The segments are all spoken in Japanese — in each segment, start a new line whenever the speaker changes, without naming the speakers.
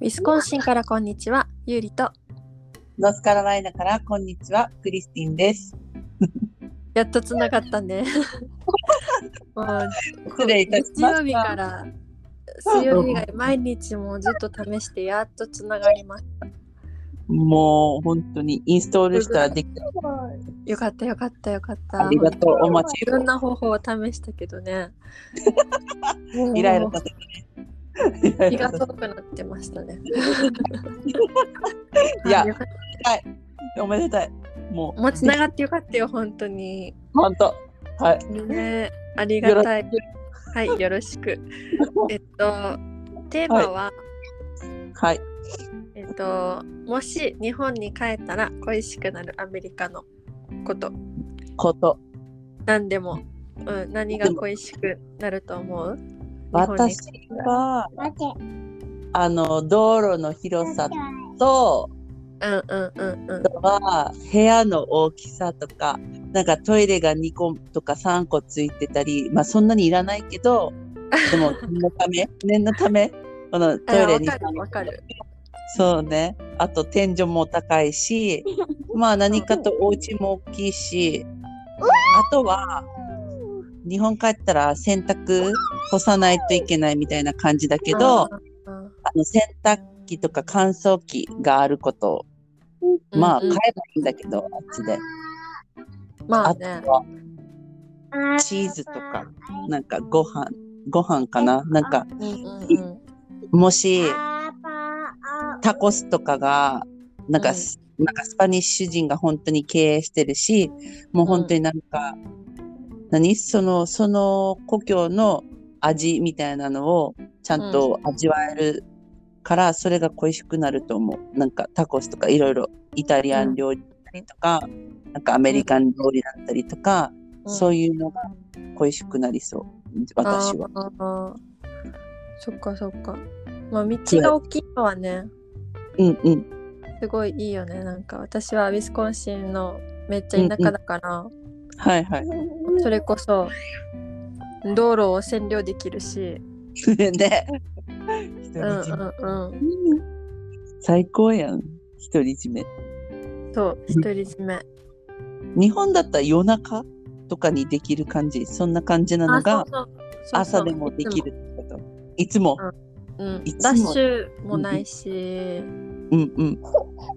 ィスコンシンからこんにちは、ゆうりと。
ノースカロライナからこんにちは、クリスティンです。
やっとつながった ね。もう
失礼いたし
日
ました。
曜日から水曜日以外毎日もうずっと試してやっとつながりまし
もう本当にインストールしたらできた。
た。よかったよかったよかった。
ありがとう。お待
い
ち
ろ
を
ん。な方法を試したけどね。
イライラさせてね。イラ
気
イ
が
ラさ
遠くなってましたね。
いや
よかっ
せ ておめでたい。も
たもうつながってよかったよ、本当に。
う、本当。はい。
ね、ありがたい。はい、よろしく。えっと、テーマは、
はい。
えっと、もし日本に帰ったら恋しくなるアメリカのこと、
こと。
何でも、うん、何が恋しくなると思う
私は、あの、道路の広さと、
うんうんうんうん
あ。とは部屋の大きさとか、なんかトイレが2個とか3個ついてたり、まあそんなにいらないけど、でも念のた め、念のため、このトイレに
あわかるわかる。
そうね。あと天井も高いし、まあ何かとお家も大きいし、あとは日本帰ったら洗濯干さないといけないみたいな感じだけど、あ
うん
の洗濯機とか乾燥機があること、
うん
まあ
う
買
ん
えばいいんだけど、あっちで。
まあ
あ
ね。
とはチーズとか、なんかご飯、ご飯かななんか、
うんうん
もし、タコスとかが、なんか、なんかスパニッシュ人が本当に経営してるし、もう本当になんか、何その、その故郷の味みたいなのをちゃんと味わえるから、それが恋しくなると思う。なんかタコスとかいろいろイタリアン料理だったりとか、なんかアメリカン料理だったりとか、
うん。
そう
い
いうのが恋しくなりそう。私は。。
あーそっかそっか。まあ道が大きいのはね、
うんうん。
すごいいいよね。なんか私はウィスコンシンのめっちゃ田舎だから、
はいはい。
それこそ道路を占領できるし、
ね。独
う
り
んう
占め
んうん、
最高やん。独り占め。
そう、独り占め。
日本だったら夜中とかにできる感じ。そんな感じなの
そう
が
そう
朝でもでき。るってこと。いつも。
そうそううん、
いつも
ダッシュもないし、
うんうん。へ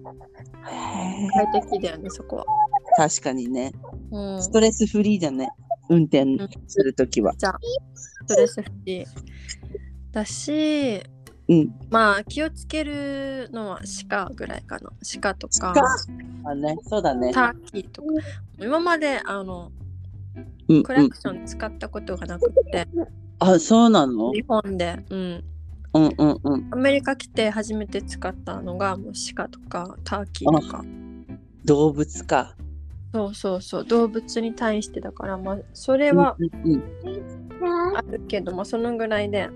え
快適だよね、そこは。
確かにね。
うん、
ス
ス
トレスフリーだね。運転するときは。
トレスフリー。だし、
うん。
まあ気をつけるのは鹿ぐらいかな。鹿とか、
あね、そうだね。
ターキーとか。今まであの
うんうん
クラクション使ったことがなくて、
あ、そうなの
日本で、うん、
うんうんうん。
アメリカ来て初めて使ったのがもう鹿とかターキーとか
動物か。
そうそうそう動物に対してだからまあそれは
うんうん
あるけど、まあそのぐらいで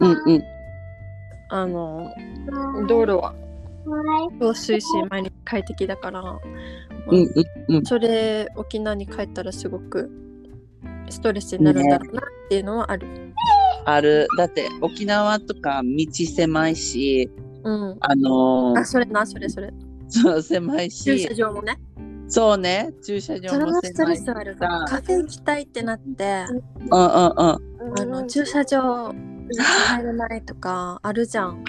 うんうん。
あの道路は増水し毎日快適だから
うんうん。
それ沖縄に帰ったらすごくストレスになるんだろうなっていうのはある、
ある。だって沖縄とか道狭いし、
うん
あのー
あそれなそれそれ
そう狭い
駐車
し、
場もね
そうね、駐車
そ
場
れ
も
もスト
狭
レ
い。
スあるからカフェ行きたいってなって
うんうんうん。
あの駐車場入れないとかあるじゃん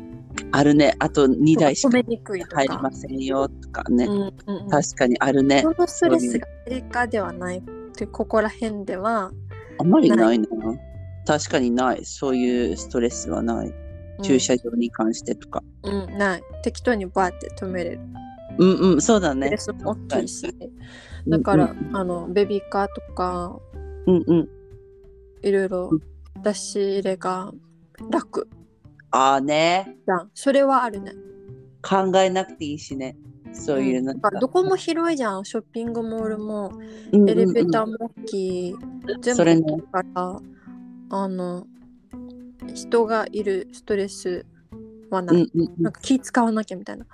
あるね。あと2台し
止
か
めにくいとか。
入りませんよとかね。
うんうんうん、
確かにあるね。
そのストレスがアメリカではないってここら辺では、
あんまりないな。確かにない。そういうストレスはない。
うん
駐車場に関してとか。
うん、ない適当にバーって止めれる
うんうん、そうだ
スト
ね
レ。スも大きいしだから、あのベビーカーとか
うんうん。
いろいろ出し入れが楽
ああね。
じゃんそれはあるね
考えなくていいしね。そういうなん
んだからどこも広いじゃんショッピングモールもエレベーターも大きい、全
そ
部
れね
だから、あの人がいるストレスはない、
うんうん
なんか気使わなきゃみたいな。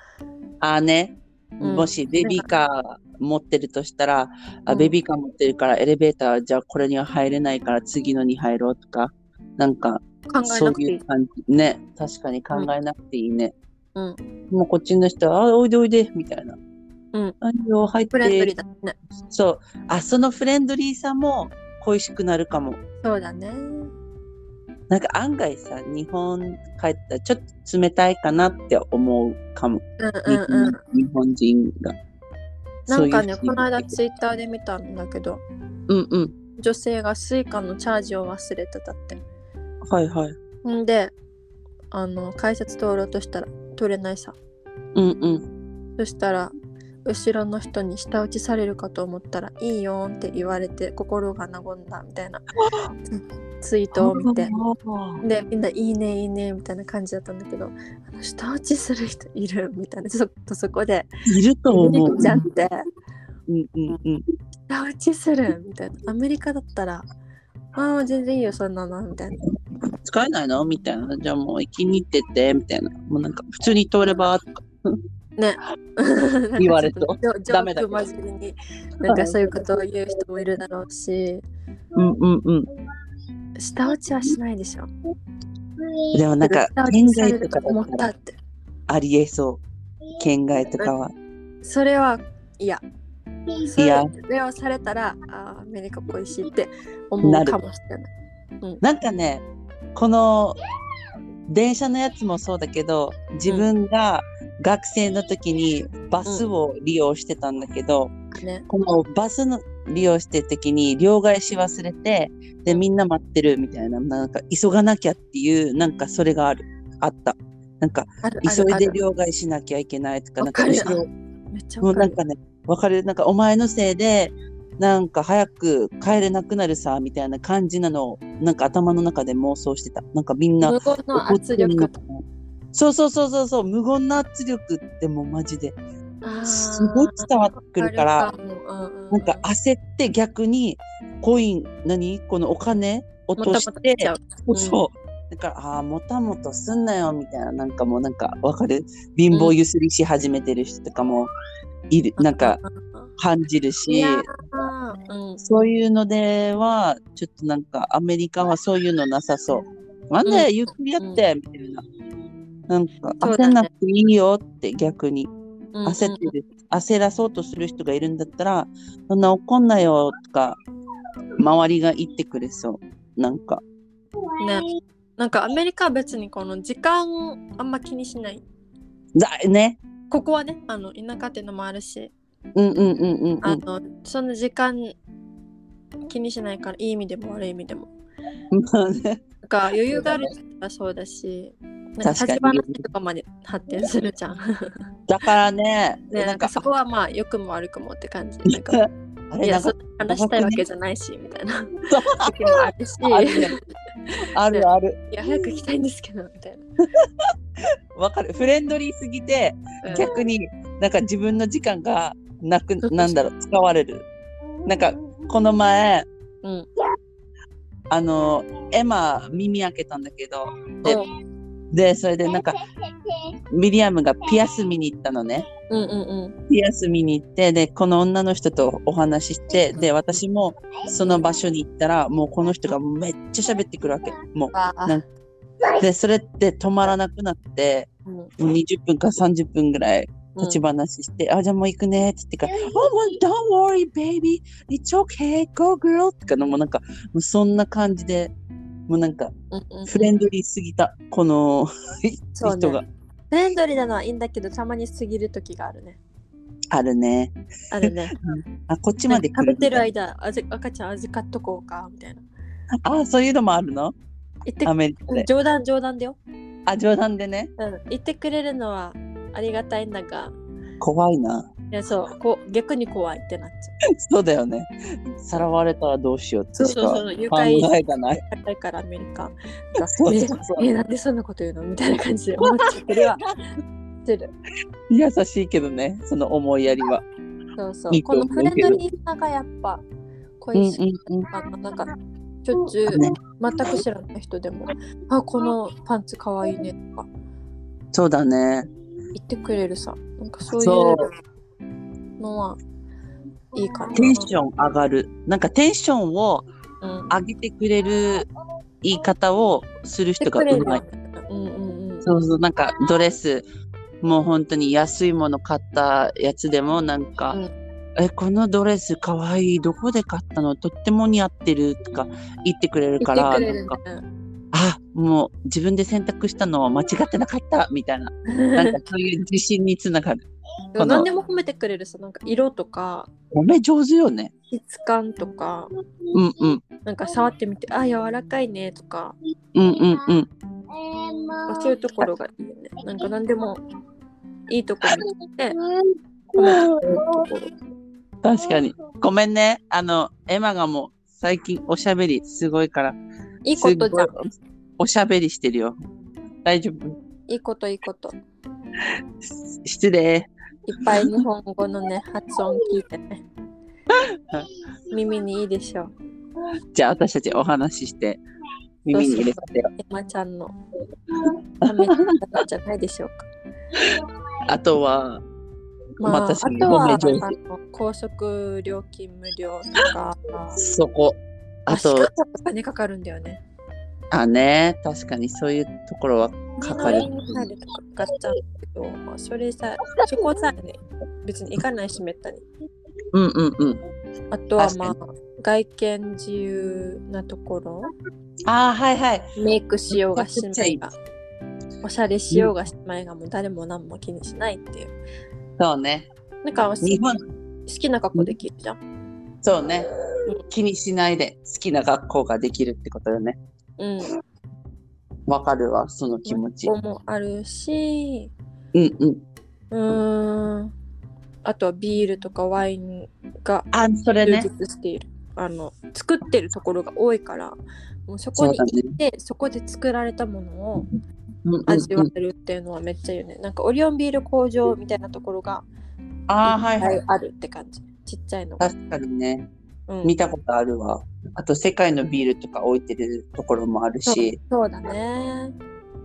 あーね、
うん
もしベビーカー持ってるとしたら、
う
あ
ん
ベビーカー持ってるからエレベーターじゃあこれには入れないから次のに入ろうとかなんか
考え
そ
な
う
くてい
い
い。
う感じね確かに考えなくていいね、
うん
もうこっちの人は、あ、おいでおいで、みたいな。
うん
あいいよ、入って。
フレンドリーだね。
そう。あ、そのフレンドリーさも恋しくなるかも。
そうだね。
なんか案外さ、日本帰ったらちょっと冷たいかなって思うかも。
うんうんうん。
日本人が。
なんか
そうい
ね、
う
こ
人
の間ツイッターで見たんだけど、
うんうん。
女性がスイカのチャージを忘れてたって。
はいはい。
んで、あの、改札通ろうとしたら取れないさ。
うんうん。
そしたら、後ろの人に舌打ちされるかと思ったら、いいよーんって言われて、心が和んだみた いなツイートを見て。で、みんな、いいね、いいね、みたいな感じだったんだけど、あの舌打ちする人いるみたいな、ちょっとそこで、
いると思う。
じゃんって。
うんうんうん。
舌打ちするみたいなアメリカだったらああ全然いいよそんなのみたいな
使えないのみたいな。じゃあもう行きに行ってて、みたいな。もうなんか普通に通れば、とか。
ね なんか
言われる
ち
と
ょっジョ
ダメだ
ジョ
け
ーク
ど
交じりになんかそういうことを言う人もいるだろうし
うんうんうん。
舌打ちはしないでしょ
でもなんか
舌打、
県
ちされ
外と
る
か
と
だ
思っ
った
た
ら
って
ありえそう。県外とかは。
それは嫌そ
いや
れをされたらあーアメリカ恋しいって思うかもしれない
なんかね、この電車のやつもそうだけど、自分が学生の時にバスを利用してたんだけど、
ね
このバスの利用してる時に両替し忘れて、で、みんな待ってるみたいな、なんか急がなきゃっていう、なんかそれがある、あった。なんか
あるあ
急
る
い
あ
で
る
両替しなきゃいけないとか、な
わ
んか
かる
後ろ
めっちゃ
も
わ
う
か
なん
る
かね、わかる、なんかお前のせいで、なんか早く帰れなくなるさ、みたいな感じなのを、なんか頭の中で妄想してた。なんかみんな
無、言の圧
怒っ
力
てるのかなそうそうそうそうそう、無言の圧力ってもうマジで、すごい伝わってくるから、なんか
あ
焦って逆に、コイン、何このお金
もた
落と
も
したて
し、ちゃううん
そう。だから、ああー、もたもとすんなよ、みたいな、なんかもうなんか、わかる貧乏ゆすりし始めてる人とかも、いる、なんか、感じる
い
し、
やーうん
そういうのでは、ちょっとなんかアメリカはそういうのなさそう。なんで、ゆっくりやって、みたいな。なんか
そうだ
焦
ね
んなくていいよって逆に
うん
焦ってる、焦らそうとする人がいるんだったらそんな怒んなよとか周りが言ってくれそうなんか
ねなんかアメリカは別にこの時間あんま気にしない
だね
ここはねあの田舎っていうのもあるし
うんうんうんうん
あのそんな時間気にしないからいい意味でも悪い意味でも
うんまあね
なんか余裕がある人はそうだしなんか立
確か
ち
に
話とかまで発展するじゃ ん
だからね
ね
な
なん
ん
か
か
そこはまあ良くも悪くもって感じなんか
あ
い
れな
や
ん
そ
か
んな話したいわけじゃないしみたいな 時もあるし
あるねあるある
いや早く行きたいんですけどみたいな、
わかるフレンドリーすぎて
うん
逆になんか自分の時間がなく
そうそう
なんだろう使われるなんかこの前
うん
あのエマ耳開けたんだけどで
うん
でそれでなんかミリアムがピアス見に行ったのね
うんうん
ピアス見に行ってでこの女の人とお話ししてで私もその場所に行ったらもうこの人がめっちゃ喋ってくるわけも
ああ
なんうでそれって止まらなくなって
うん
もう20分か30分ぐらい立ち
うん
話して、あ、じゃあもう行くねって言ってから、Oh, well, don't worry, baby. It's okay. Go, girl. とかの、もうなんか、もうそんな感じで、もうなんか、
うんうん
フレンドリーすぎた、この
そ
人
うね
が
フレンドリーなのはいいんだけどたまに過ぎる時があるね
あるね。
あるね
あ、こっちまで来
食
る
べてる間あず赤ちゃん預かっとこうかみたいな
あ、そういうのもあるの
言って
アメリカで。
冗談冗談だよ、
あ、冗談でね。
うん、言ってくれるのはありがたいんだが
怖いな。
いやそうこう逆に怖いってなっちゃ
そうだよね。さらわれたらどうしよう
う
って
そう
しか
そうそう愉
考
快
えがない。
高いからアメリカ
そうそうそう
ええなんでそんなこと言うのみたいな感じで思っちゃってるわしてる
優しいけどね、その思いやりは。
そうそ。
いういと
この
思う
フレンドリーさがやっぱ
うん
恋しい
うんうん。
かな。なんか、しょっちゅう
ね
全く知らない人でも、あ、このパンツかわいいねとか
そうだね。
言ってくれるさ。なんかそうい
そう。
うのはいいかな。
テンション上がる。なんかテンションを
うん。
上げてくれる言い方をする人がうまい。
うんうんうん。
そうそう、なんかドレスもう本当に安いもの買ったやつでもなんか、
うん
え、このドレスかわいい、どこで買ったのとっても似合ってるとか言ってくれるから、
言ってくれる
なん
ね
か、あ、もう自分で選択したのは間違ってなかったみたいな、なんかそういう自信につながる。
でも
この
何でも褒めてくれるさなんか色とか
おめ上手よね。
質感とか
うんうん。
なんか触ってみてあ柔らかいねとか、
うんうんうん。
まあそういうところがいいよねなんか何でもいいとこ見つけて褒めてくれるところ
確かに。ごめんね。あの、エマがもう最近おしゃべりすごいから、
いいことじゃん
すごいおしゃべりしてるよ。大丈夫
いいこといいこといっ
し失礼。
ぱい日本語のね発音聞いてね耳にいいでしょう
じゃあ私たちお話しして、耳に入れさせよう。
エマちゃんのためになったんじゃないでしょう か
あとは、
まあ、あ
私
と
も褒め
は
上手
あの高速料金無料と か
そこ。あ
まし、
と
かもお金かかるんだよね
あね、確かにそういうところはかかる。
入るとかかかっちゃうけど、まあ、それさ、そこさえね、別に行かないし、めったに。
うんうんうん。
あとは
確か
まあ
に、
外見自由なところ、
ああ、はいはい。
メイクしようがし
めちゃくち
ま
ゃい
い
い
が、おしゃれしようがしまいが、もう誰も何も気にしないっていう。
そうね。
なんか、好
日本、
きな格好できるじゃん。
そうね。気にしないで好きな学校ができるってことよね。
うん。
わかるわ、その気持ち。
ここもあるし、
うんうん。
うーん。あとはビールとかワインが
あ、それ
充
ね。
実している、あの作ってるところが多いからもうそこに行ってそ,、こで作られたものを
うんうん
味わ
うん、
えるっていうのはめっちゃいいよね、なんかオリオンビール工場みたいなところが
ああ、はいはい。
あるって感じちっちゃいのが、
確かにね。
うん
見たことあるわ。あと、世界のビールとか置いてるところもあるし、
そうだね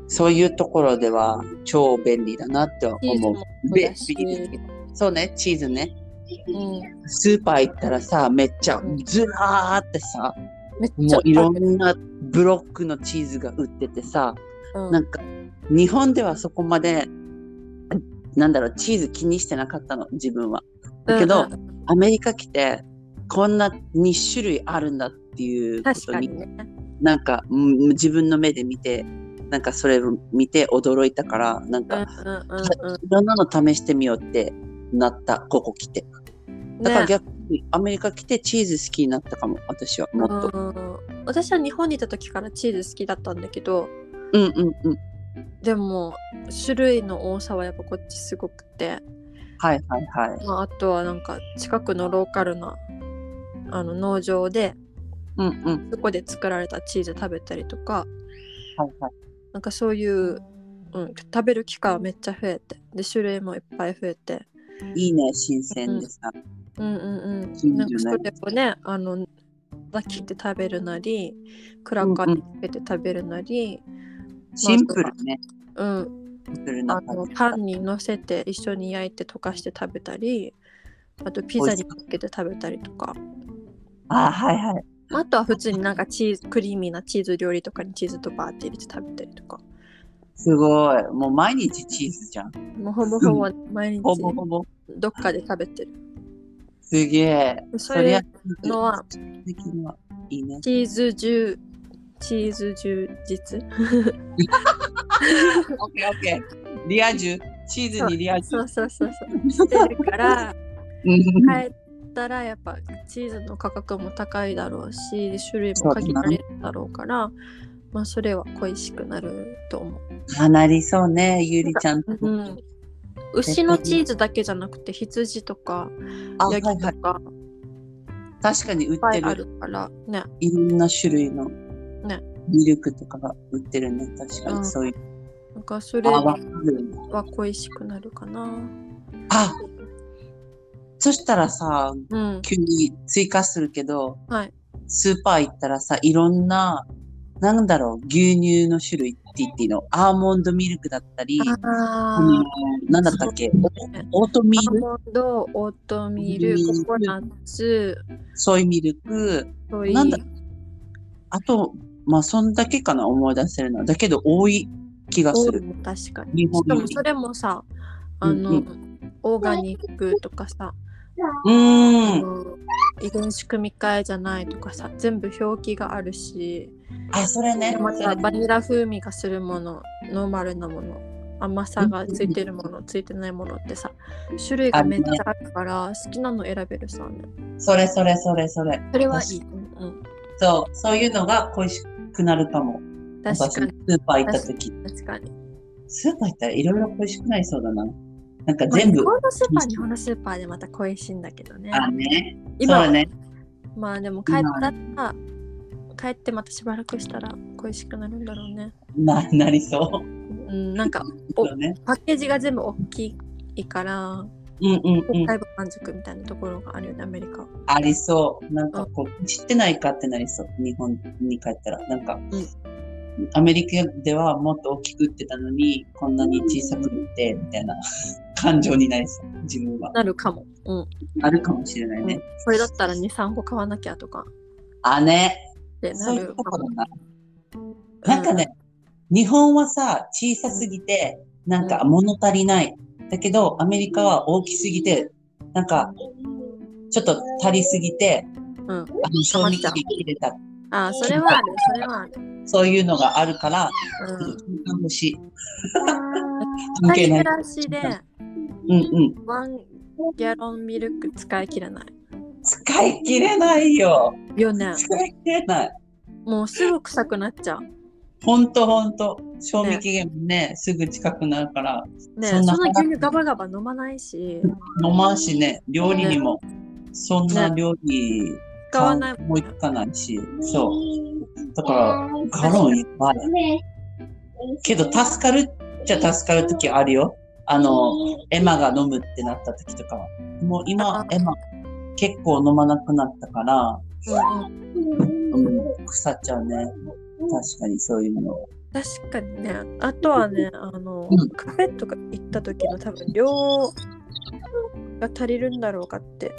そういうところでは超便利だなって
チーズ
思
も
う。
そう
で
だし、
ビールそうね、チーズね。
うん、
スーパー行ったらさ、めっちゃ
うん
ずらーってさ、
めっち
も
ゃ
ういろんなブロックのチーズが売っててさ、
うん
なんか日本ではそこまで、なんだろう、チーズ気にしてなかったの、自分は。だけど、
うんうん
アメリカ来て、こんな2種類あるんだっていうこ
確
と
か
に、
にね
なんかうん自分の目で見て、なんかそれを見て驚いたから、なん
うん
か、
うんうんう
いろんなの試してみようってなった、ここ来て。
ん
だから
ね
逆にアメリカ来てチーズ好きになったかも、私はもっと。
うん私は日本にいた時からチーズ好きだったんだけど、
うんうんうん。
でも種類の多さはやっぱこっちすごくて、
はいはいはい。
まあ、あとはなんか近くのローカルなあの農場で
うんうん。
そこで作られたチーズ食べたりとか
はいはい。
なんかそういう、うん、食べる機会はめっちゃ増えてで種類もいっぱい増えて
いいね、新鮮でさ。
うんうんう
いい
んな
よね
んかそれをねあのだ切って食べるなりクラッカーにつけて食べるなり、
シンプルね。
うん
シンプル
あ
な
の
感
パンにのせて一緒に焼いて溶かして食べたりあとピザにかけて食べたりとか
ああ、はいはい。
あとは普通になんかチーズクリーミーなチーズ料理とかにチーズとバーって入れて食べたりとか
すごい。もう毎日チーズじゃん。
もうほぼほぼ毎日
ほぼほぼ。
どっかで食べてる
すげえ。
それ
そりゃ
のは
できるわいいね。
チーズ充チーズ充実
オッケーオッケー。リア充。チーズにリア充
そ。うそうそうそうしてるから
うん
帰ったらやっぱチーズの価格も高いだろうし種類も限られるだろうからまあそれは恋しくなると思う、
あ、なりそうね、ゆりちゃんと。
うん、牛のチーズだけじゃなくて羊とか
あ、は
ヤ
い
ギ
は
と
い。
か
確かに売
いっぱ
って
いあ
る。
るからね
いろんな種類の。
ね
ミルクとかが売ってるね。確か
うん
にそういう。
なんかそれ
あ、わ
は
かる。
恋しくなるかな
あ、そしたらさ、
うん
急に追加するけど、
はい
スーパー行ったらさ、いろんな、なんだろう、牛乳の種類って言っていいのアーモンドミルクだったり、
あ
あのなんだったっけ
ね
オートミ
ア
ー
ー
ル
モンドオートミールココナッツ
ソイミルク。
ソイ
なんだあと、まあ、そんだけかな、思い出せるのは。だけど、多い気が
多
す
い
る。
ね確かに
日
し
本
か
よ
も
り
そ。れもさあの、
うんう
オーガニックとかさ、
う
あ
ーん。
の遺伝子組み換えじゃないとかさ全部表記があるし
あ、それね。
ま
そ
た
れ
バニラ風味がするものノーマルなもの甘さがついてるものついてないものってさ種類がめっちゃあるから好きなの選べるさね
それそれそれそれ。
それはいい、うん
そう、そういうのが恋しくなるかも。
うん、
私、
確かに
スーパー行った時。
確かに
スーパー行ったらいろいろ恋しくなりそうだな。なんか全部。
まあ日本のスーパー日本のスーパーでまた恋しいんだけどね
あ、ね。
今は
そうね。
まあでも帰ったら帰ってまたしばらくしたら恋しくなるんだろうね
な、なりそう。
うんなんかお
そうね。
パッケージが全部大きいから
うんうんう
北
ん。
海道満足みたいなところがあるよねアメリカは
ありそう。なんかこう、知ってないかってなりそう。日本に帰ったら。なんか、アメリカではもっと大きく売ってたのに、こんなに小さく売って、みたいな感情になりそう。自分は。
なるかもうん
あるかもしれないね。
これだったら23個買わなきゃとか
あ、ね。
ってな
そういう
る
と
か
こ
も
ろだな。なんかね、日本はさ、小さすぎて、なんか物足りない。だけど、アメリカは大きすぎて、なんか、ちょっと足りすぎて、
うん
あの、賞味期限切れた。
ああそれはあるそれはある
そういうのがあるか
う
ら、ちょっ
ん
と共感欲しい。関
二
係
人
な
暮
い。
らしで
うんうん。
ワンギャロンミルク使い切れない
使い切れないよ。
よね
使い切れない。
もうすぐ臭くなっちゃう
ほんとほんと。賞味期限もね、すぐ近くなるから、
ね
そん
そ
なん
な牛乳ガバガバ飲まないし
飲まんしね、料理にも、そんな料理、
使わない
もういかないし、そう。
そう。
だから、ガロンいっぱい。けど、助かるっちゃ助かる時あるよ。あの、エマが飲むってなった時とかは。もう今
あ、
エマ結構飲まなくなったから、
うんうん
うん、腐っちゃうね。確かにそういうの。
確かにねあとはねあの、
うん
カフェとか行った時の多分量が足りるんだろうかって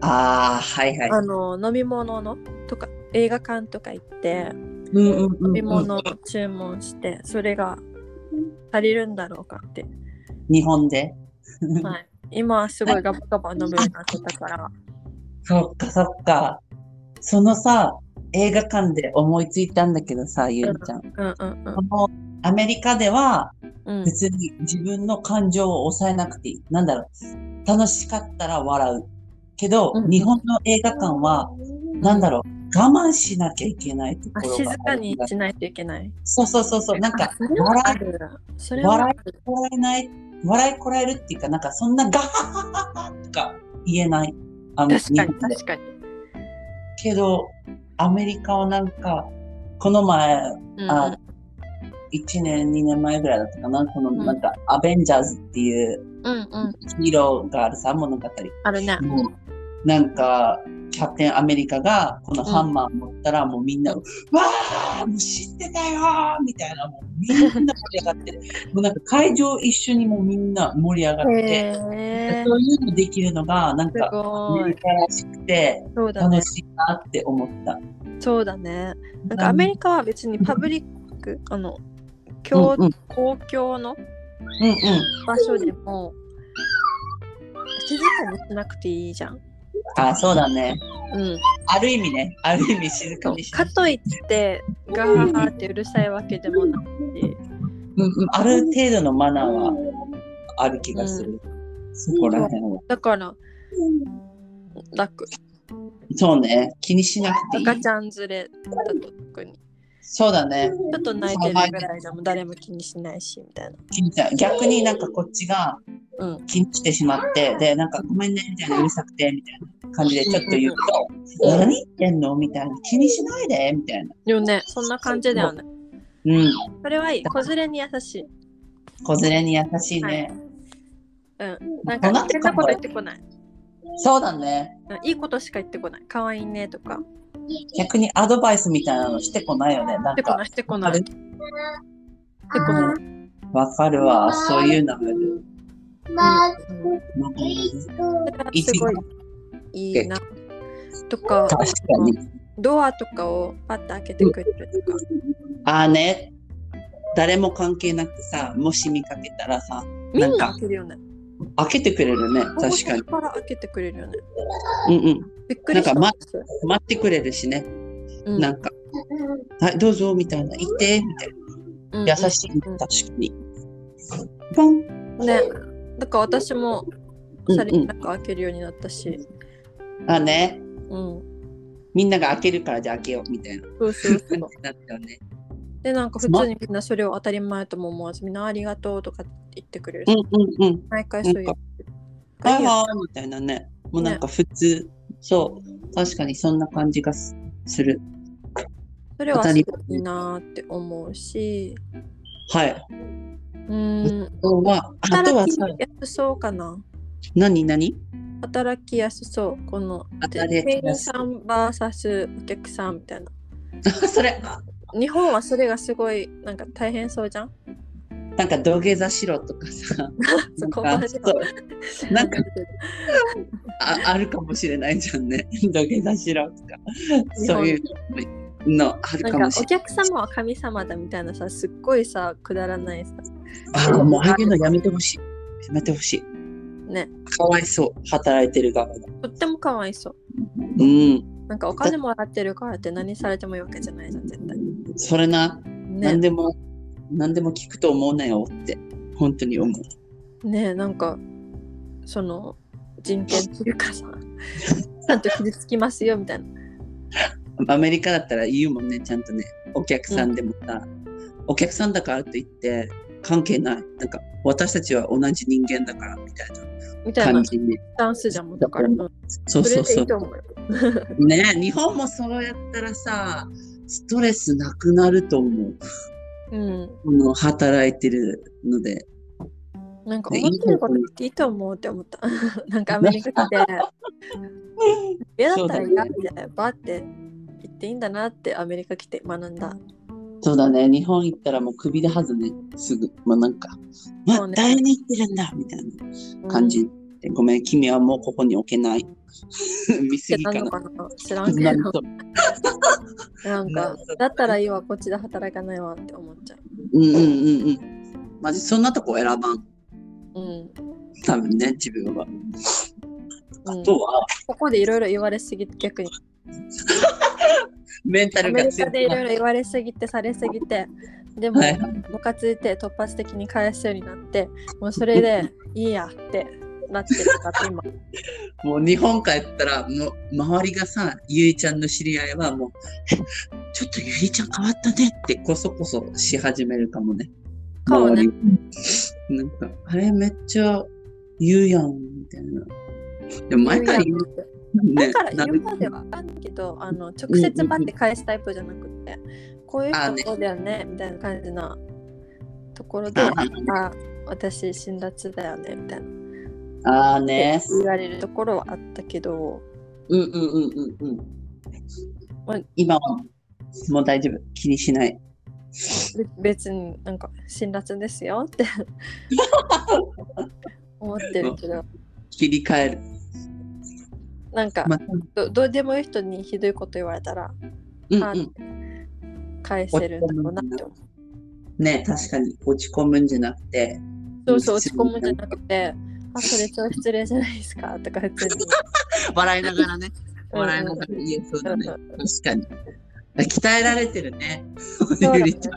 ああ、はいはい。
あの飲み物のとか映画館とか行って
うんうんうんうん
飲み物を注文して、それが足りるんだろうかって、
日本で。
はい、今はすごいガバガバ飲むようになってたから
そっかそっか。そのさ、映画館で思いついたんだけどさ、ゆうちゃん。
うんうん
このアメリカでは
うんうん
別に自分の感情を抑えなくていい。なんだろう。楽しかったら笑う。けど、
うん
日本の映画館は、なんだろう。我慢しなきゃいけないとこ
あ
ろが
静かに
ある
しないといけない。
そうそうそうそう。なん
あ
か、
それはあ
笑
るそれはある
いこらえない、笑いこらえるっていうか、なんかそんなガハハハハとか言えない。あの
確かに
日本で
確かに。
けど、アメリカはなんか、この前、
うん
あ1年、2年前ぐらいだったかな、この
ん
なんか、アベンジャーズっていう
うんうん。
ヒーローがあるさ、物語。
あるね。
もう、なんか、キャプテンアメリカがこのハンマー持ったら、もうみんな、
うん
わーもう知ってたよーみたいな、もうみんな盛り上がってる。もうなんか会場一緒にもうみんな盛り上がって、
へえ
そういうのできるのが、なん
す
か、ア
ご
メ
い
リ。カらしくて、
そうだね
楽。しいなって思った。
そうだね。なんかアメリカは別にパブリック、あの、共
うんうん
公共の
うんうん。
場所でも、静かにしなくていいじゃん。
あ、そうだね。
うん。
ある意味ね、ある意味静かにし
か
て。
といって、ガーガーってうるさいわけでもないし、
うんうん、ある程度のマナーはある気がする。そこら辺は。
だから楽。
そうね、気にしなくていい。
赤ちゃん連れだと特に。
そうだね。
ちょっと泣いてるぐらいでも誰も気にしないし、みたいな。
気にしない逆になんかこっちが
うん。
気にしてしまって、で、なんかごめんね、みたいな、うるさくて、みたいな感じでちょっと言うと、何言ってんのみたいな。気にしないで、みたいな。
よね、そんな感じだよね。
うん。
それはいい。子連れに優しい。
子連れに優しいね。
うん。なんか
大人って
変なこと言ってこない。
そうだね。
うんいいことしか言ってこない。可愛いねとか。
逆にアドバイスみたいなのしてこないよね。な
し
ん
てこ
か
な、い、してこ
あ
ない。
れ
してこない。
わかるわ。そういうのがある。
うん
なんか
すごいいいな。とか、
確かに。
ドアとかをパッと開けてくれるとか。
ああね、誰も関係なくさ、もし見かけたらさ、
み
なんん
な
か
開けるよね。
開けてくれるね。
保護
確か
者
に。
から開けてくれるよね。
うんうん。
びっくりした。
なんか待ってくれるしね。
うん
なんか、はい、どうぞ、みたいな。いて、みたい
うん
な。優しいね。
うん
確かに。ポン。
ね。だから私も
うん
さり
う
げ
ん
なく開けるようになったし。
あ、ね。
うん。
みんなが開けるからじゃあ開けよう、みたいな。
そうそうそう。
だったよね。
でなんか普通にみんなそれを当たり前とも思わずみんなありがとうとか言ってくれる
う
し、
んうんうん。
毎回そういう
なん。
が
はい
いよ
はい、みたいなね。もうなんか普通。そう。確かにそんな感じがすする。
それは
当た
す
り
ごいいいなーって思うし、
はい。
うん、
あとは、あと
働
は
き
さ、
やすそうかな。
何何
働きやすそう。この
働
店
き
員
やすい
さん VS お客さんみたいな。
それ、あ
日本はそれがすごいなんか大変そうじゃん。
なんか土下座しろとかさ。
そこ
な
ま
ん
で
かそ
は
うなんかああるかもしれないじゃんね。 土下座しろとか。そういうのある
なんか
かもし
お
れない。
客様は神様だみたいなさ、すっごいさ、くだらないさ。
ああ、もうああいうのやめてほしい。やめてほしい。
ね、
かわいそう。働いてる側が。
とってもかわいそう。
うん。
なんかお金もらってるからって何されてもいいわけじゃないじゃん、絶対。
それな。何
ね
でも何でも聞くと思うなよって本当に思う。
ねえ、なんか、その、人権っていうかさ、ちゃんと傷つきますよみたいな。
アメリカだったら言うもんねちゃんとねお客さんでもさ、お客さんだからといって関係ないなんか私たちは同じ人間だからみたい
み
な
たいな
感
ス
じに
タンスじゃん、もうだから。うん
そ
そ
うそ
れ
う
で
そ
いういと思うよ。
ね日本もそうやったらさストレスなくなると思う
うん。
この働いてるので
なんか
ね
思ってること言っていいと思うって思った。 なんかアメリカ来て、嫌だったら嫌って、バーって言っていいんだなってアメリカ来て学んだ。
そうだね日本行ったらもうクビだはずねすぐまあなんか「ま
そ
あ、
うね
誰に行ってるんだ」みたいな。
うん
感じで、ごめん、君はもうここに置け ない。見す
知
ぎ
ら
か
んの
な。
かな知らんけ
な
ど
ん。と
なん
な
か
るほど、
だったらいいわ、こっちで働かないわって思っちゃ
うんうんうんうん。マジそんなとこ選ばん。
う。うん。
多分ね、自分は。あ
うん、
とは、
ここでいろいろ言われすぎて、逆に。
メンタ
ア
ル
メ
が
リ
強
カ
く
でいろ
ないる。
ろ言われすぎて、されすぎて、でも、
はい、
ムカついて突発的に返すようになって、もうそれでいいやってなってるから、今。
もう日本帰ったら、もう周りがさ、ゆいちゃんの知り合いはもう、えちょっとゆいちゃん変わったねってこそこそし始めるかもね。
かもね
周りなんか、あれめっちゃ言うやん、みたいな。でも前から言うね
だから
な
今まではあるけど、あの直接バって返すタイプじゃなくて、こういう人
あね
こうだよねみたいな感じなところで、
あ
あ私辛辣だよねみたいな
ああね。
言われるところはあったけど、
うんうんうんうんう
ま
ん。今はもう大丈夫。気に しない。
べ別になんか辛辣ですよって 思ってるけど、
切り替える。
なんか
まあ、
どどうでもいい人にひどいこと言われたら、
うん
あ
うん。
返せるんだろうなって思う。
ね確かに落ち込むんじゃなくて。
そうそう、落ち込むんじゃなくて、あ、それ超失礼じゃないですかとか普通に。
笑いながらね。 笑いながら
うんうん
言えそうだね。
うん
確かに。鍛えられてるね。
そうだ
ゆ
ね
りちゃ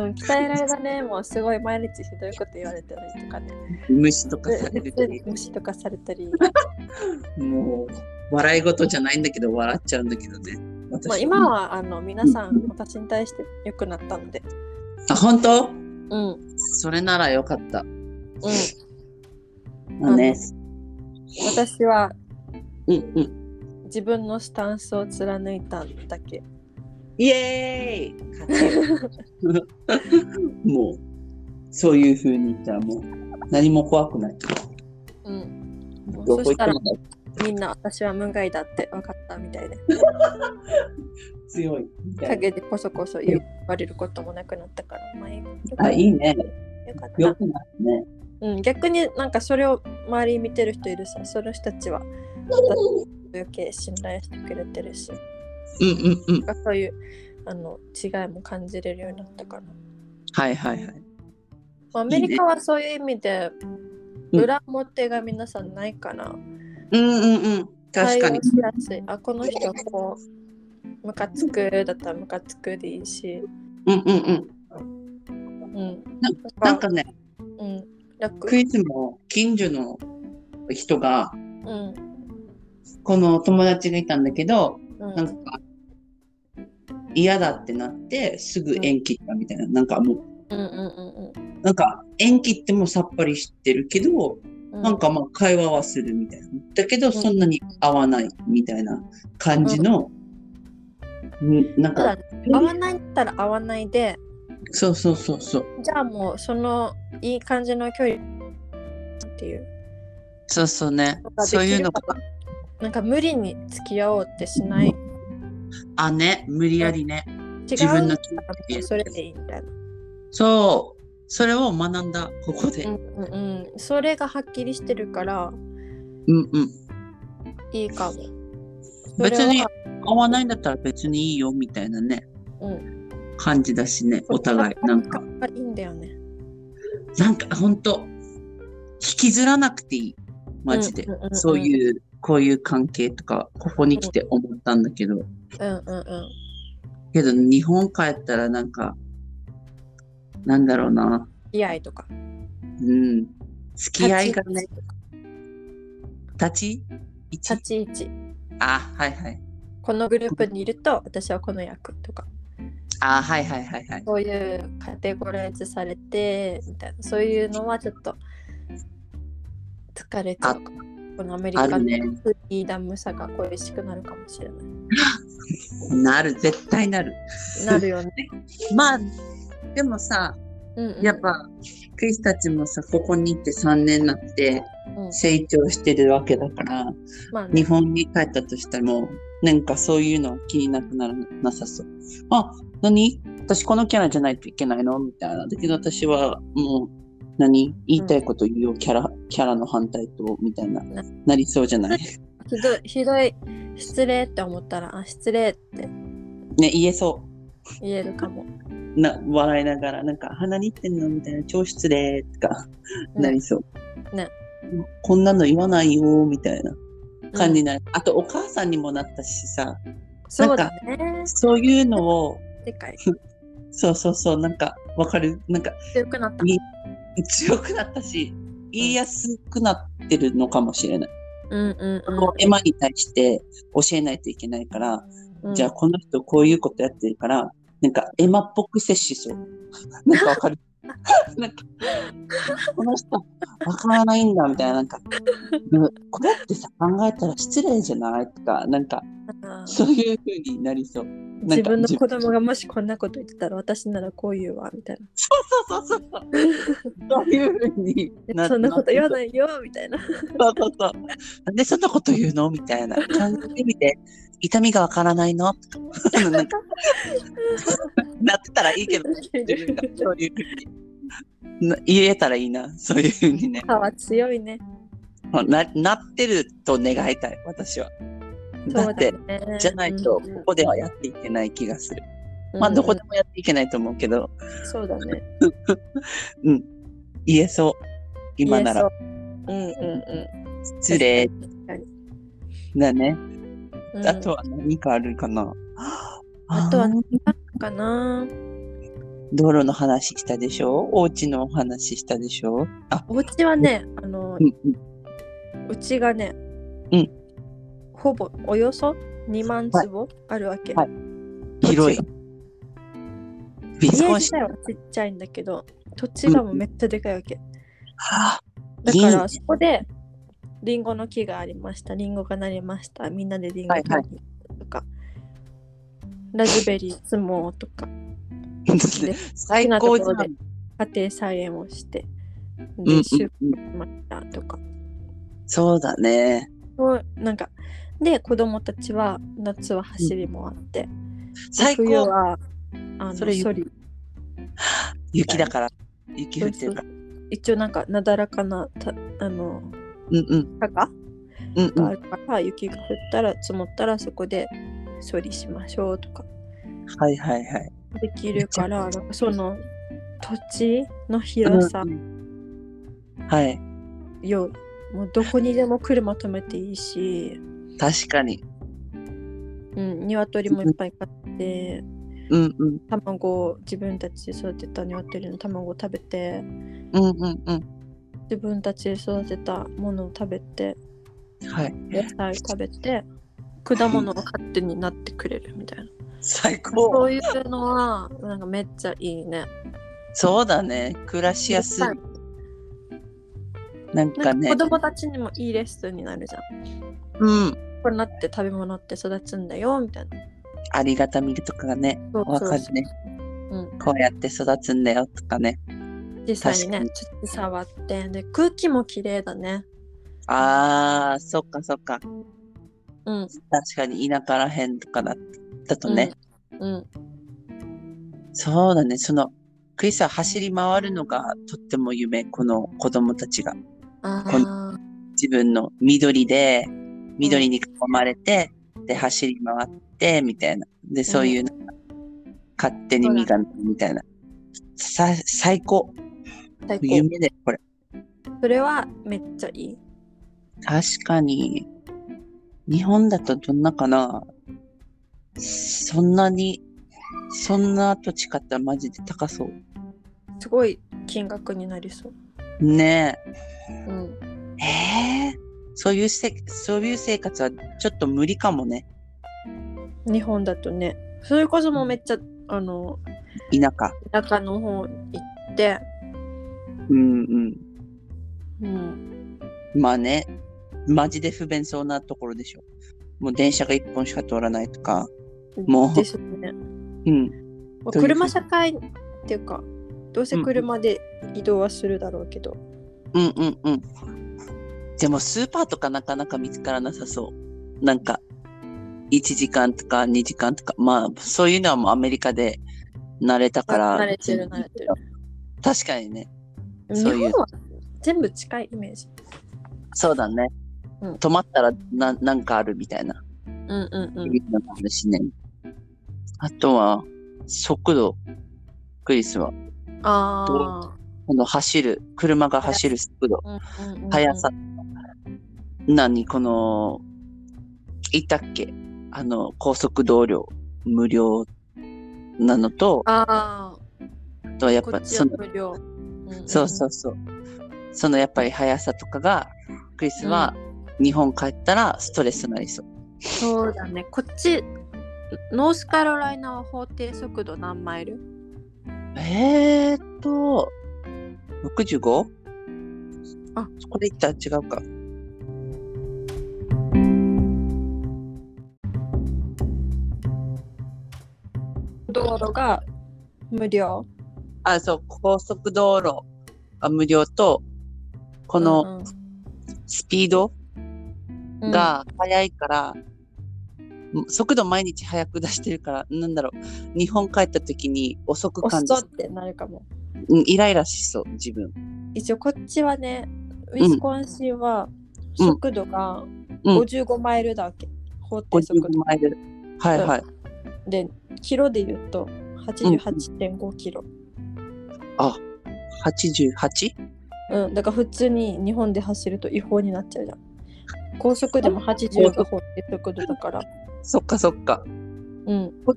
うん、鍛えられたね、もうすごい毎日ひどいこと言われたりとか ね。
ん虫とかされ
普
る
通に無視とかされたり。
もう笑い事じゃないんだけど笑っちゃうんだけどね。私
まあ今はあの皆さん私に対して良くなったので。
あ本当
うん、うん。
それならよかった。まあね。
私は
うんうん。
自分のスタンスを貫いただけ。
イエーイ勝ちよもう、そういう風に言ったらもう、何も怖くない。
うん。もう
ど
そ
こ行っ
してたら
も
みんな私は無害だって分かったみたいで。
強いみたい
陰でこそこそ言われることもなくなったから。まあ、よ
な。あ、いいね。
かった。
よくなるね。
うん、逆になんかそれを周りに見てる人いるさ、その人たちは余計信頼してくれてるし、
うんうんうん。
なんかそういうあの違いも感じれるようになったから。
はいはいはい。
アメリカはそういう意味で、裏表が皆さんないから、
うんうんうん。確か
対
に。
応しやすい。あ、この人こう、ムカつくだったらムカつくでいいし、
うんうんうん。
うん。
なんかね、
うん、楽。
クイズも近所の人が、
うん。
この友達がいたんだけど、
うん
なんか、嫌だってなって、すぐ縁切ったみたいな。なんかもう、
うんうん
なんか、縁切ってもさっぱりしてるけど、
うんうん。
なんかまあ会話はするみたいな。だけど、そんなに合わないみたいな感じの、うんなん
そうだ
か、
ね、合わないったら合わないで、
そうそうそうそう。
じゃあもうそのいい感じの距離っていう。
そうそうね。そういうのが、
なんか無理に付き合おうってしない。違
あ、ね、無理やりね。
う
自分の
人だからもうそれでいいみたいな。
そう。それを学んだ、ここで。
うんうんうん。それがはっきりしてるから
うんうん。
いいかも。
別
それ
に
は
合わないんだったら別にいいよみたいなね、
う
感じだしね、お互い。なんか、。
いいんだよね。
なんか本当引きずらなくていい。マジで。
うんうんうんうん
そういう、こういう関係とか、ここに来て思ったんだけど、
うんうんうん。
けど日本帰ったらなんか、なんだろうな、
付き合いとか。
うん。付き合いがね、立ち位置
立ち位置。
あ、はいはい。
このグループにいると私はこの役とか。
あ、はいはいはいはい。
そういうカテゴライズされてみたいなそういうのはちょっと疲れちゃうかこのアメリカ
あ
の
るね
フリーダムさが恋しくなるかもしれない。
なる、絶対なる。
なるよね。
まあ、でもさ、
うんうん、
やっぱ、クリスたちもさ、ここに行って3年になって
うん
成長してるわけだから、
まあね
日本に帰ったとしても、なんかそういうのは気になくならなさそう。あ、何私このキャラじゃないといけないのみたいな。だけど私はもう、何言いたいこと言うよ、キャラ、キャラの反対と、みたいな
な、
なりそうじゃない。
ひどいひどい失礼って思ったらあ失礼って
ね、言えそ
言えるかも。
う。な、笑いながら、なんか、鼻に言ってんのみたいな、超失礼、とか、 なりそう。
ね。
こんなの言わないよ、みたいな。
うん
感じになる、あとお母さんにもなったしさ
そうだね。
そういうのを
理解
そうそうそうなんかわかるなんか
強くなった。
い 強くなったし言いやすくなってるのかもしれない、
うんうん
このエマに対して教えないといけないから、
うん。
じゃあこの人こういうことやってるからなんかエマっぽく接しそう なんかわかる なんかこの人わからないんだみたいななんかうんこれってさ考えたら失礼じゃないとかなんか
うん
そういうふうになりそうなんか
自分の子供がもしこんなこと言ってたら私ならこう言うわみたいな。
そうそうそうそう。そういうふうに
そんなこと言わ
い。
ないよみたいな。
そうそうそう。なんでそんなこと言うのみたいな。感じてみて、痛みがわからないの とかなんかなってたらいいけど、自分がそういうふうに。な言えたらいいな、そういうふうにね。
歯は強いね。
ななってると願いたい、私は。だって、
そうだね
じゃないと、こ
うんうん
こではやっていけない気がする。まあ、どこでもやっていけないと思うけど、
うんそうだね。
うん。言えそう。今なら。
言えそう。うんうん
失礼
確か。
だね。
うん。
あとは何かあるかな。
あとは
あー
うんかな。
道路の話したでしょお家のお話したでしょあ、
お家はね、あの
う、んうん。
うちがね、
うん
ほぼおよそ2万坪あるわけ。
はい
土地が
広い。ウィス
家
コンシ
自体
ン。
はちっちゃいんだけど、土地がもうめっちゃでかいわけ。
はあ
だ
いい
か
ね
らそこでリンゴの木がありました、リンゴがなりました、みんなでリンゴ
はいはい
取りに行くとか、ラズベリー摘もうとか、で
最高じ
好きなとこ
ゃ
ろで
ん。
家庭菜園をして、
うんうん
で、収穫
うん
しましたとか、
そうだね。
そうなんか、で、子供たちは夏は走り回って、で
最
冬
高。
はあの
それ
ソリ、
雪だから。雪降ってるから。
一応なんかなだらかなたあの
うんうん。
坂
うんう
があ
ん。
るから、雪が降ったら積もったらそこで処理しましょうとか。
はいはいはい。
できるからなんかその土地の広さ、
はい。
よもうどこにでも車止めていいし、
確かに。
うん、鶏もいっぱい買って、
うんうん。
卵を自分たちで育てた鶏の卵を食べて
うんうんう
自分たちで育てたものを食べて
ん。はい。
野菜食べ て果物が勝手になってくれるみたいな
最
そ
高。
ういうのはなんかめっちゃいいね
そうだね。暮らしやすい。なん
な
か
んか
ね
子。供たちにもいいレッスンになるじゃん
うん。
これなって食べ物って育つんだよみたいな
ありがたみとかがね、
そう
わ
そう
かるね。こうやって育つんだよとかね。
うん、実際にね
確か
ちょっと触ってで空気も綺麗だね
ああ、そっかそっか。確
うん
かに田舎らへんとかだだとね、
うん、うん
そうだね。その、クリスは走り回るのがとっても夢、この子供たちが。
あ
こん
あ
自分の緑で、緑に囲まれて、で、走り回って、みたいな。で、そういう、なんか勝手に磨くみたいな。さ、最高。
最高
夢で、これ。
それはめっちゃいい
確かに、日本だとどんなかなそんなに、そんな土地買ったらマジで高そう。
すごい金額になりそう
ね
うん
え。ええそういうせ、そういう生活はちょっと無理かもね。
日本だとねそれこそもうめっちゃあの
田舎。
田舎の方行って
うんうん。
うん
まあね、マジで不便そうなところでしょ。もう電車が一本しか通らないとか。もう
ですよね
うん。
まあ
どういうふう
車
に
社会っていうかどうせ車で移動はするだろうけど、
うんうんうん。でもスーパーとかなかなか見つからなさそう。なんか、1時間とか2時間とか、まあ、そういうのはもうアメリカで慣れたから。
慣れてる慣れてる
確かにね。
日
そういう
本は全部近いイメージ
そうだね。
うん
止まったらななんかあるみたいな。
うんうんうん
いうのもあるしね。あとは、速度。クリスは。
あ
この走る、車が走る速度、
あ
速さ。何この、いたっけあの、高速道路、無料なのと、
あ
あとはや
あ
っ
こ
ぱ
っち
そ
は
の、
無料、
そうそううそう。そのやっぱり速さとかが、クリスは日本帰ったらストレスになりそう。
んそうだねこっちノースカロライナは法定速度何マイル
えーっと、65?
あ、
これいったら違うか。
道路が無料
あ、そう、高速道路が無料と、こ
こ
のスピード、が速いから、速度毎日速く出してるから、なんだろう、日本帰った時に遅く感じ
遅
そ
っってなるかも
う、うんイライラしそう、自分。
一応こっちはねウ
ん
ィスコンシンは
うん
速度が
うん
55マイルだわけ、法定速
55
度
マイル。はいはい。
でキロで言うと88.5キロ、
88?
うんだから普通に日本で走ると違法になっちゃうじゃん高速でも80が法定速度だから
そっかそっか。
うん
こっ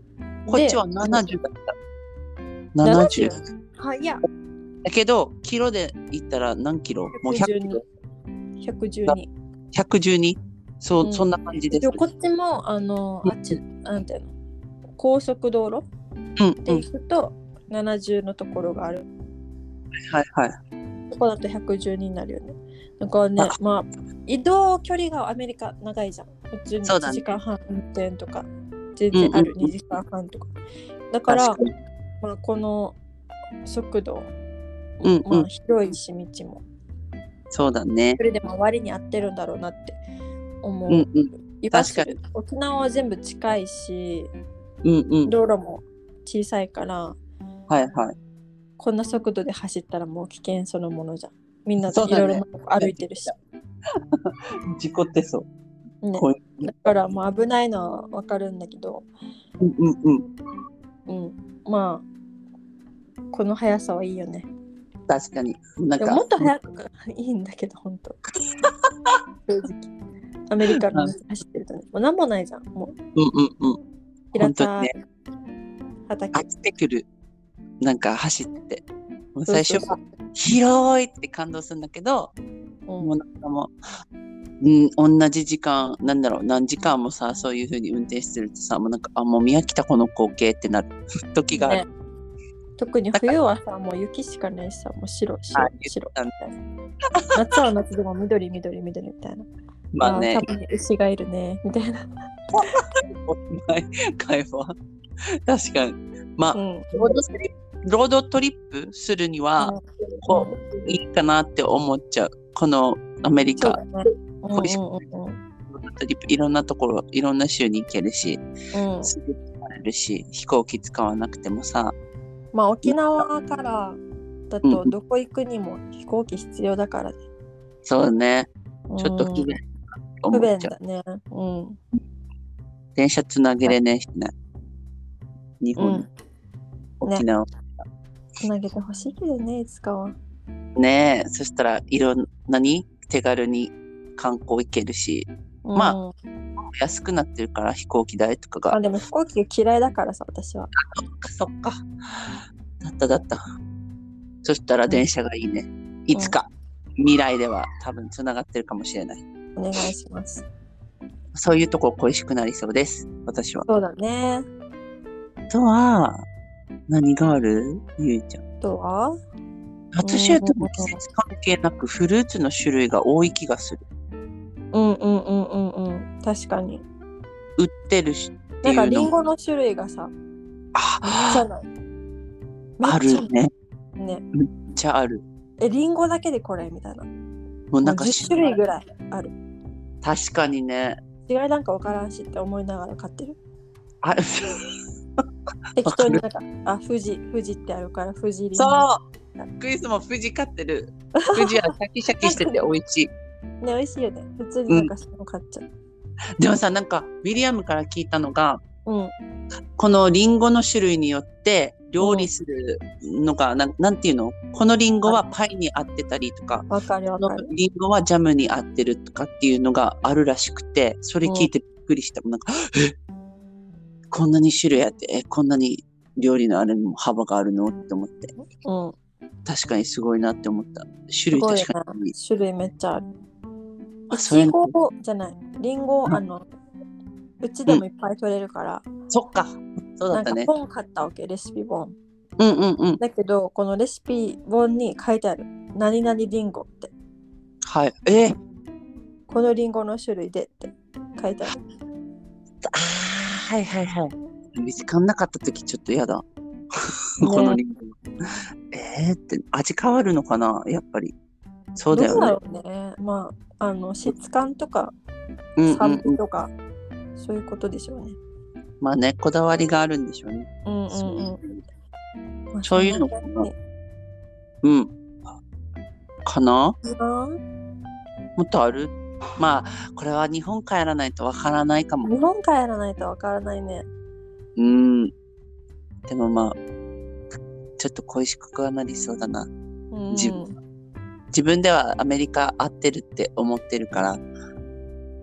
ちは
で
70だった。70。
はや
だけど、キロで言ったら何キロもう100キロ。
112
112? そう、
うん
そんな感じです。
でもこっちもあのあっちなんていうの高速道路
うん、うん。
で行くと70のところがある
はいはい。
そこだと110になるよね。だからね、
あ
まあ、移動距離がアメリカ長いじゃん。普通に
そうだ
1
ね
時間半運転とか、全然ある
うんうんう
2
ん
時間半とか。だから、
確かに
まあ、この速度、
うんうん
まあ、広いし道も、
そうだね。
それでも割に合ってるんだろうなって思う。
うんうん。
いわ
確
し
か
る沖縄は全部近いし、
うんうん。
道路も小さいから、
はいはい。
こんな速度で走ったらもう危険そのものじゃん。みんな
そう
い
だね
ろいろなとこ歩いてるし。
事故ってそう。
ね
こう
だからまあ危ないのはわかるんだけど、
うんうんうん。
うん、まあこの速さはいいよね。
確かに。なん
で
か
ももっと速くがいいんだけど、本 当。正直。アメリカの街走ってるとね、もうなんもないじゃん。もう
うんうんうん。
平
本当
田
にね、飽
畑。
きてくる。なんか走って。もう最初
そう
は広いって感動するんだけど、
そう
もうなんかもう、うん、同じ時間、なんだろう、何時間もさ、そういう風に運転してるとさ、もうなんか、あ、もう見飽きたこの光景ってなる 時がある。
ね特に冬はさ、もう雪しかないしさ、もう白、白
あ、
白み
言った
いな。夏は夏でも緑、緑、緑みたいな。
まあね
ー、多分牛がいるね、みたいな。
お前 会話。確かに。まあ、
うん。
ロードトリップロードトリップするには、こう、いいかなって思っちゃう。このアメリ
そう
カ、
だね。うん
美味しく
うんうん
ロードトリップいろんなところ、いろんな州に行けるし、
うんうん
すぐ行れるし、飛行機使わなくてもさ、
まあ沖縄からだと
うん
どこ行くにも飛行機必要だからね。
そうね、ちょっと
うん
不便。
不
思
便
っちゃ
だ
う
ね。うん。
電車つなげれねえしね。日
う
本、
ん。
沖縄。
つなげてほしいけどね、いつかは。
ねえ、そしたらいろんなに手軽に観光行けるし、まあ
うん
安くなってるから飛行機代とかが。
あでも飛行機が嫌いだからさ、私は。
そっか。だっただった。そしたら電車がいいね。いつか、未来では多分つながってるかもしれない。
お願いします。
そういうとこ恋しくなりそうです。私は。
そうだね。
あとは、何があるゆいちゃん。
どうは
私はでも季節関係なくフルーツの種類が多い気がする。
うんうんうんうんうん。確かに。
売ってるしっ
な
て
いんか
う
リ
の
ン
も。
ゴの種類がさ、めっちゃ
あ
ない。
あ
めっちゃ
るね。
ないね。
めっちゃある。
え、リンゴだけでこれみたいな。
もう
な
なんん
か
か
10種類ぐらいある。
確かにね。
違いなんかわからんしって思いながら買ってる。
ある。
適当になんか、あ、富士、富士ってあるから富士リンゴ。
そうクイズも富士買ってる。富士はシャキシャキしてて美味しい。
ね、美味しいよね。普通になんかその買っちゃう。
でもさ、なんか、ウィリアムから聞いたのが、
うん。
このリンゴの種類によって料理するのが、なん、なんていうのこのリンゴはパイに合ってたりとか、
わかるわ
こ
か
の
る。
リンゴはジャムに合ってるとかっていうのがあるらしくて、それ聞いてびっくりした。なんか、えこんなに種類あって、えこんなに料理のあれにも幅があるのって思って、
うん。
確かにすごいなって思った。種類確かに。
種類めっちゃある。
あ
い
そうい
ち
うの
ごじゃない。リンゴ、
うん
あの、うちでもいっぱい取れるから、
そっか。そうだ
な
っ
ん
た
か
ね。
本買ったわけ、レシピ本。
うんうんうん。
だけど、このレシピ本に書いてある。何々リンゴって。
はい。えー
このリンゴの種類でって書いてある。
ああ、はいはいはい。見つかんなかった時ちょっと嫌だ。このリンゴ。えーって味変わるのかなやっぱり。そうだ
どうだ
よ
ろ
ね。
うね。まあ、あの、質感とか、
うんうん
酸
う
味
ん。
とか、そういうことでしょうね。
まあね、こだわりがあるんでしょうね。
うんう
そうん
うん。まあ
そういうの
そんな
かな
感
うん。かな
じかな
もっとあるまあ、これは日本帰らないとわからないかも。
日本からやらないとわからないね。
うん。でもまあ、ちょっと恋しくはなりそうだな。
うん
自分自分ではアメリカ合ってるって思ってるから、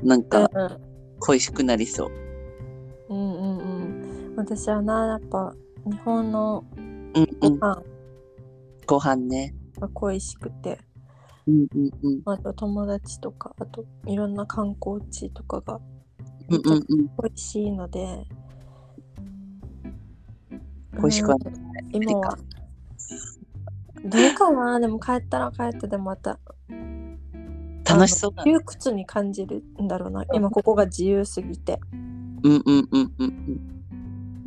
なんか恋しくなりそう。
うんうんうんうん。私はな、やっぱ日本の
うんう
ご
ん。
飯
ご飯ね。
が恋しくて、
うんうんうん。
あと友達とか、あといろんな観光地とかが
うんうんうん。
恋しいので、
恋しくはな
うん今は。どうかなでも帰ったら帰ったでまた
楽しそうだ
あ
ね。
の窮屈に感じるんだろうな今ここが自由すぎて
うんうんうんうん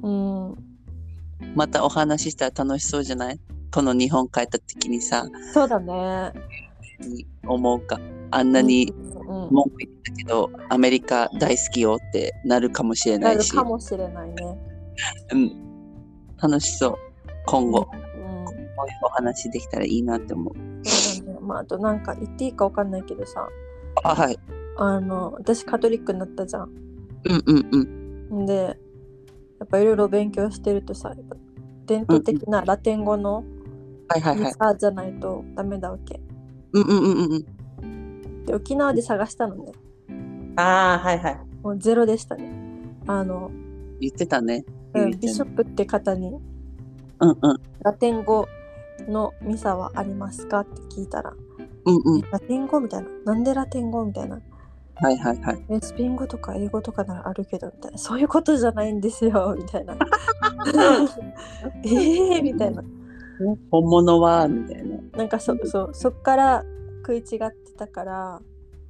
うん。
うん
またお話ししたら楽しそうじゃないこの日本帰った時にさ、
そうだね
に思うか。あんなに
うんうん
文句言ったけど、アメリカ大好きよってなるかもしれな
ないる
し、
かもしれないね
うん、楽しそう。今後、こ
うん
ういうお話できたらいいなって思う。
そうだねまああとなんか言っていいかわかんないけどさ
あ、はい。
あの私カトリックになったじゃん
うんうんうん。
んでやっぱいろいろ勉強してるとさやっぱ伝統的なラテン語の
はいはい
ミ
はい。
サーじゃないとダメだわけ。
うんうんうんうんう
で沖縄で探したのね。
ん。ああ、はいはい。
もうゼロでしたね。あの、
言ってたね。
う
ゆ
ん
いちゃん
ビショップって方に
うんうん。
ラテン語のミサはありますかって聞いたら、
うんうん。
ラテン語みたいな。なんでラテン語みたいな。
はいはいはい。
えスペイン語とか英語とかならあるけどみたいなそういうことじゃないんですよ みた いなええみたいな
本物は、みたいな。
なんかそそうそっから食い違ってたから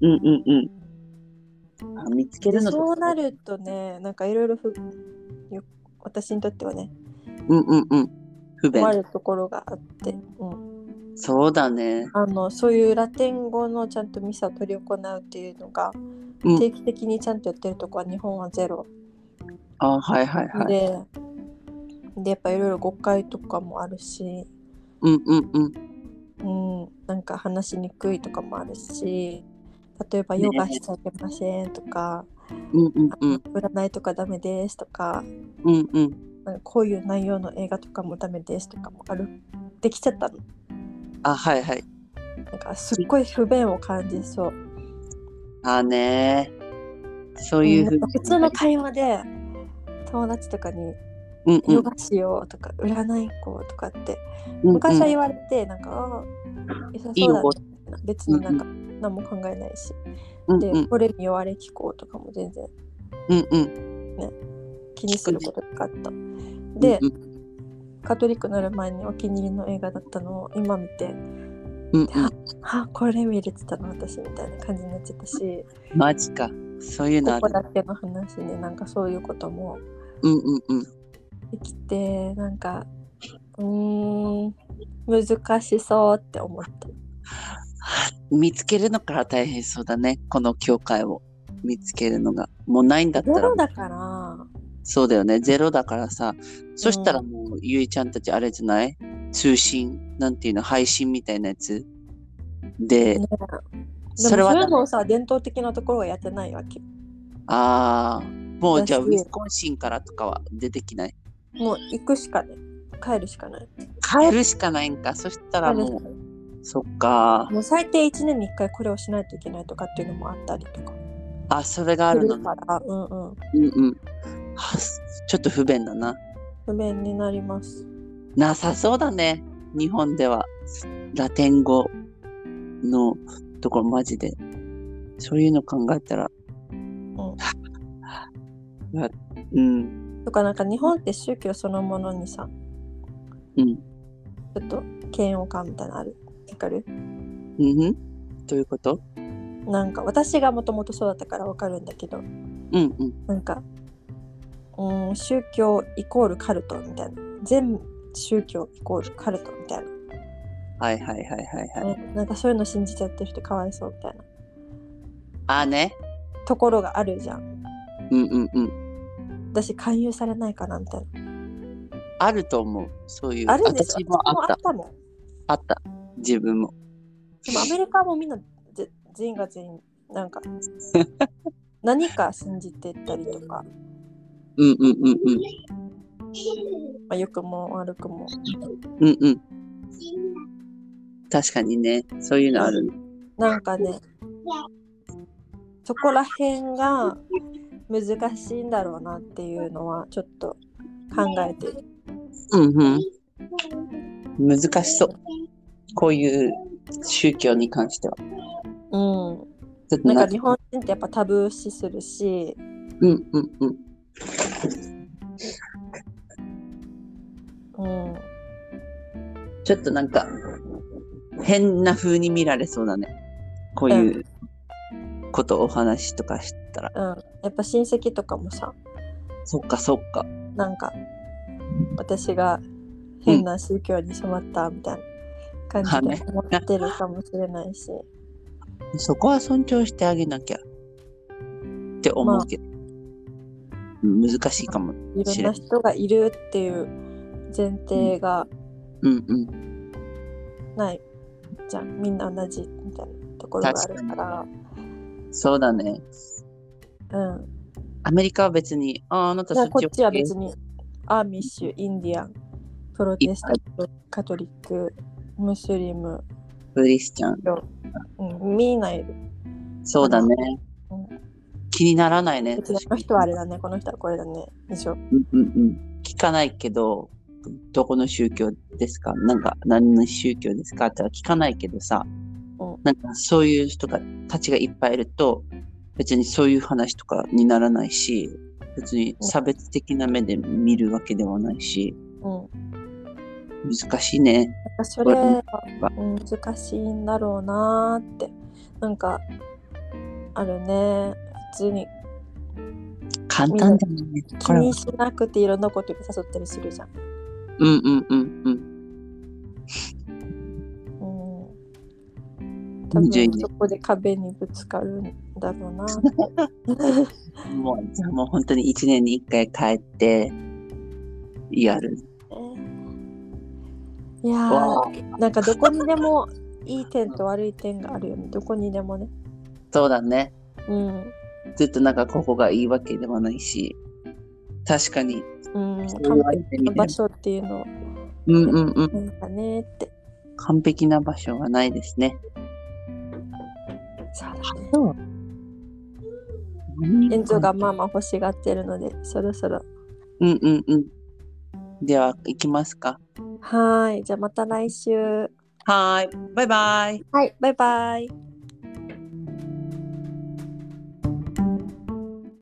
うんうんうん。あ見つけ
で
るの
そうな。るとねなんかいろいろふよ私にとってはね
うんうんうん。不便
困。るところがあって、うん、
そうだね。
あのそういうラテン語のちゃんとミサを取り行うっていうのが
うん
定期的にちゃんとやってるとこは日本はゼロ
あはいはいはい。
で、でやっぱいろいろ誤解とかもあるし。
うんうんうん。
うん、なんか話しにくいとかもあるし例えば
ね
ヨガしちゃいけませんとか、
うんうん
あ
う
の
ん。
占いとかダメですとか
うんうん。
なんかこういう内容の映画とかもダメですとかもあるできちゃったの
あはいはい。
なんかすっごい不便を感じそう、
あねそういうふう
う
に
んなんか普通の会話で友達とかに
うんうん
ヨガしようとか占い行こうとかって
うんうん
昔は言われてなんか、ああ良さそうだねみたいな別になんか何も考えないし、
うん
で
うん
これに弱れ聞こうとかも全然
うんうん
気にすることがあった。で、
うん
カトリックになる前にお気に入りの映画だったのを今見て、
うんうん
あこれ見れてたの私みたいな感じになっちゃったし、
マジかそういうのあ
こ
る
こだけの話でなんかそういうことも
うんうんうん
できて、なんか、うーん、難しそうって思った。
見つけるのから大変そうだねこの教会を見つけるのがもうないんだった
ゼ
ら
ロだから、
そうだよねゼロだからさそしたらもうゆいちゃんたちあれじゃない通信なんていうの配信みたいなやつで
ね、
それ
でもそ
はダ
れ
メ
もさ、伝統的なところはやってないわけ。
ああもうじゃあウ
だし
ィスコンシンからとかは出てきない
もう行くしかない。帰るしかない。
帰るしかないんかそしたら
帰るし
も
か
う
ない
そっか
もう最低1年に1回これをしないといけないとかっていうのもあったりとか
あそれがあ
す
るの
る
ね
から、うんうん、
うんうんはあちょっと不便だな
不便になります。
なさそうだね日本ではラテン語のところマジでそういうの考えたらうん、うん
とかなんか日本って宗教そのものにさ
うん
ちょっと嫌悪感みたいなのあるわかる
うんうんどういうこと
なんか私がもともとそうだったからわかるんだけど
うんうん
なんかうん宗教イコールカルトみたいな全宗教イコールカルトみたい
はいはいはいはい
な、
はい
なんかそういうの信じちゃってる人かわいそうみたいな
あね
ところがあるじゃん
うんうんうん
私勧誘されないかなみたい
あると思うそういう
なあるでしょ
私もあっ
私もあ
た
ったもん
あった自分も
でもアメリカもみんなぜ全員が全員なんか何か信じてたりとか、
うんうんうんうん
まあ、良くも悪くも
うんうん確かにねそういうのある
なんかねそこら辺が難しいんだろうなっていうのはちょっと考えてる
うんうん難しそうこういう宗教に関しては
うん、
ちょっと
なん
な
か日本人ってやっぱタブー視するし
うんうんうん
うん
ちょっとなんか変な風に見られそうだねこういうことをお話とかしたら
うん、やっぱ親戚とかもさ
そっかそっか
なんか私が変な宗教に染まったみたいな感じで思ってるかもしれないし、
そこは尊重してあげなきゃって思うけど、うん難しいかも
いろんな人がいるっていう前提が
うんうん
ないじゃんみんな同じみたいなところがあるから
そうだね
うん、
アメリカは別にあああなた
じゃあ
そっ
こ
ち
っちは別にアーミッシュインディアンププロテスタント、カトリック、ムスリム、
クリスチャン。
うん、みんないる。
そうだね
うん。
気にならないね。
こちらの人はあれだね、この人はこれだね。でしょ。
うんうんうん。聞かないけど、どこの宗教ですかなんか、何の宗教ですかっては聞かないけどさ、
うん
なんかそういう人がたちがいっぱいいると、別にそういう話とかにならないし、別に差別的な目で見るわけではないし、
うん。
難しいね。
なんかそれは難しいんだろうなーってなんかあるね普通に
簡単じゃないね。
気
これは
にしなくていろんなことに誘ったりするじゃん、
うんうんうんうん。
うん、多
22
分そこで壁にぶつかるんだろうなって
もう、じゃあもう本当に一年に一回帰って、やる。
いや
わ
ーなんかどこにでもいい点と悪い点があるよねどこにでもね
そうだね。
うん
ずっとなんかここがいいわけではないし、確かに、
うん
そう言
完
われて
璧
み
な
れば
場所っていうの
うんうんうん、
なんかねーって
完璧な場所はないですね。
そうだね
そう。
エンゾがまあまあ欲しがってるのでそろそろ
うんうんうん。では、行きますか。
はーいじゃあまた来週
はーい。バイバイ。
はいバイバイ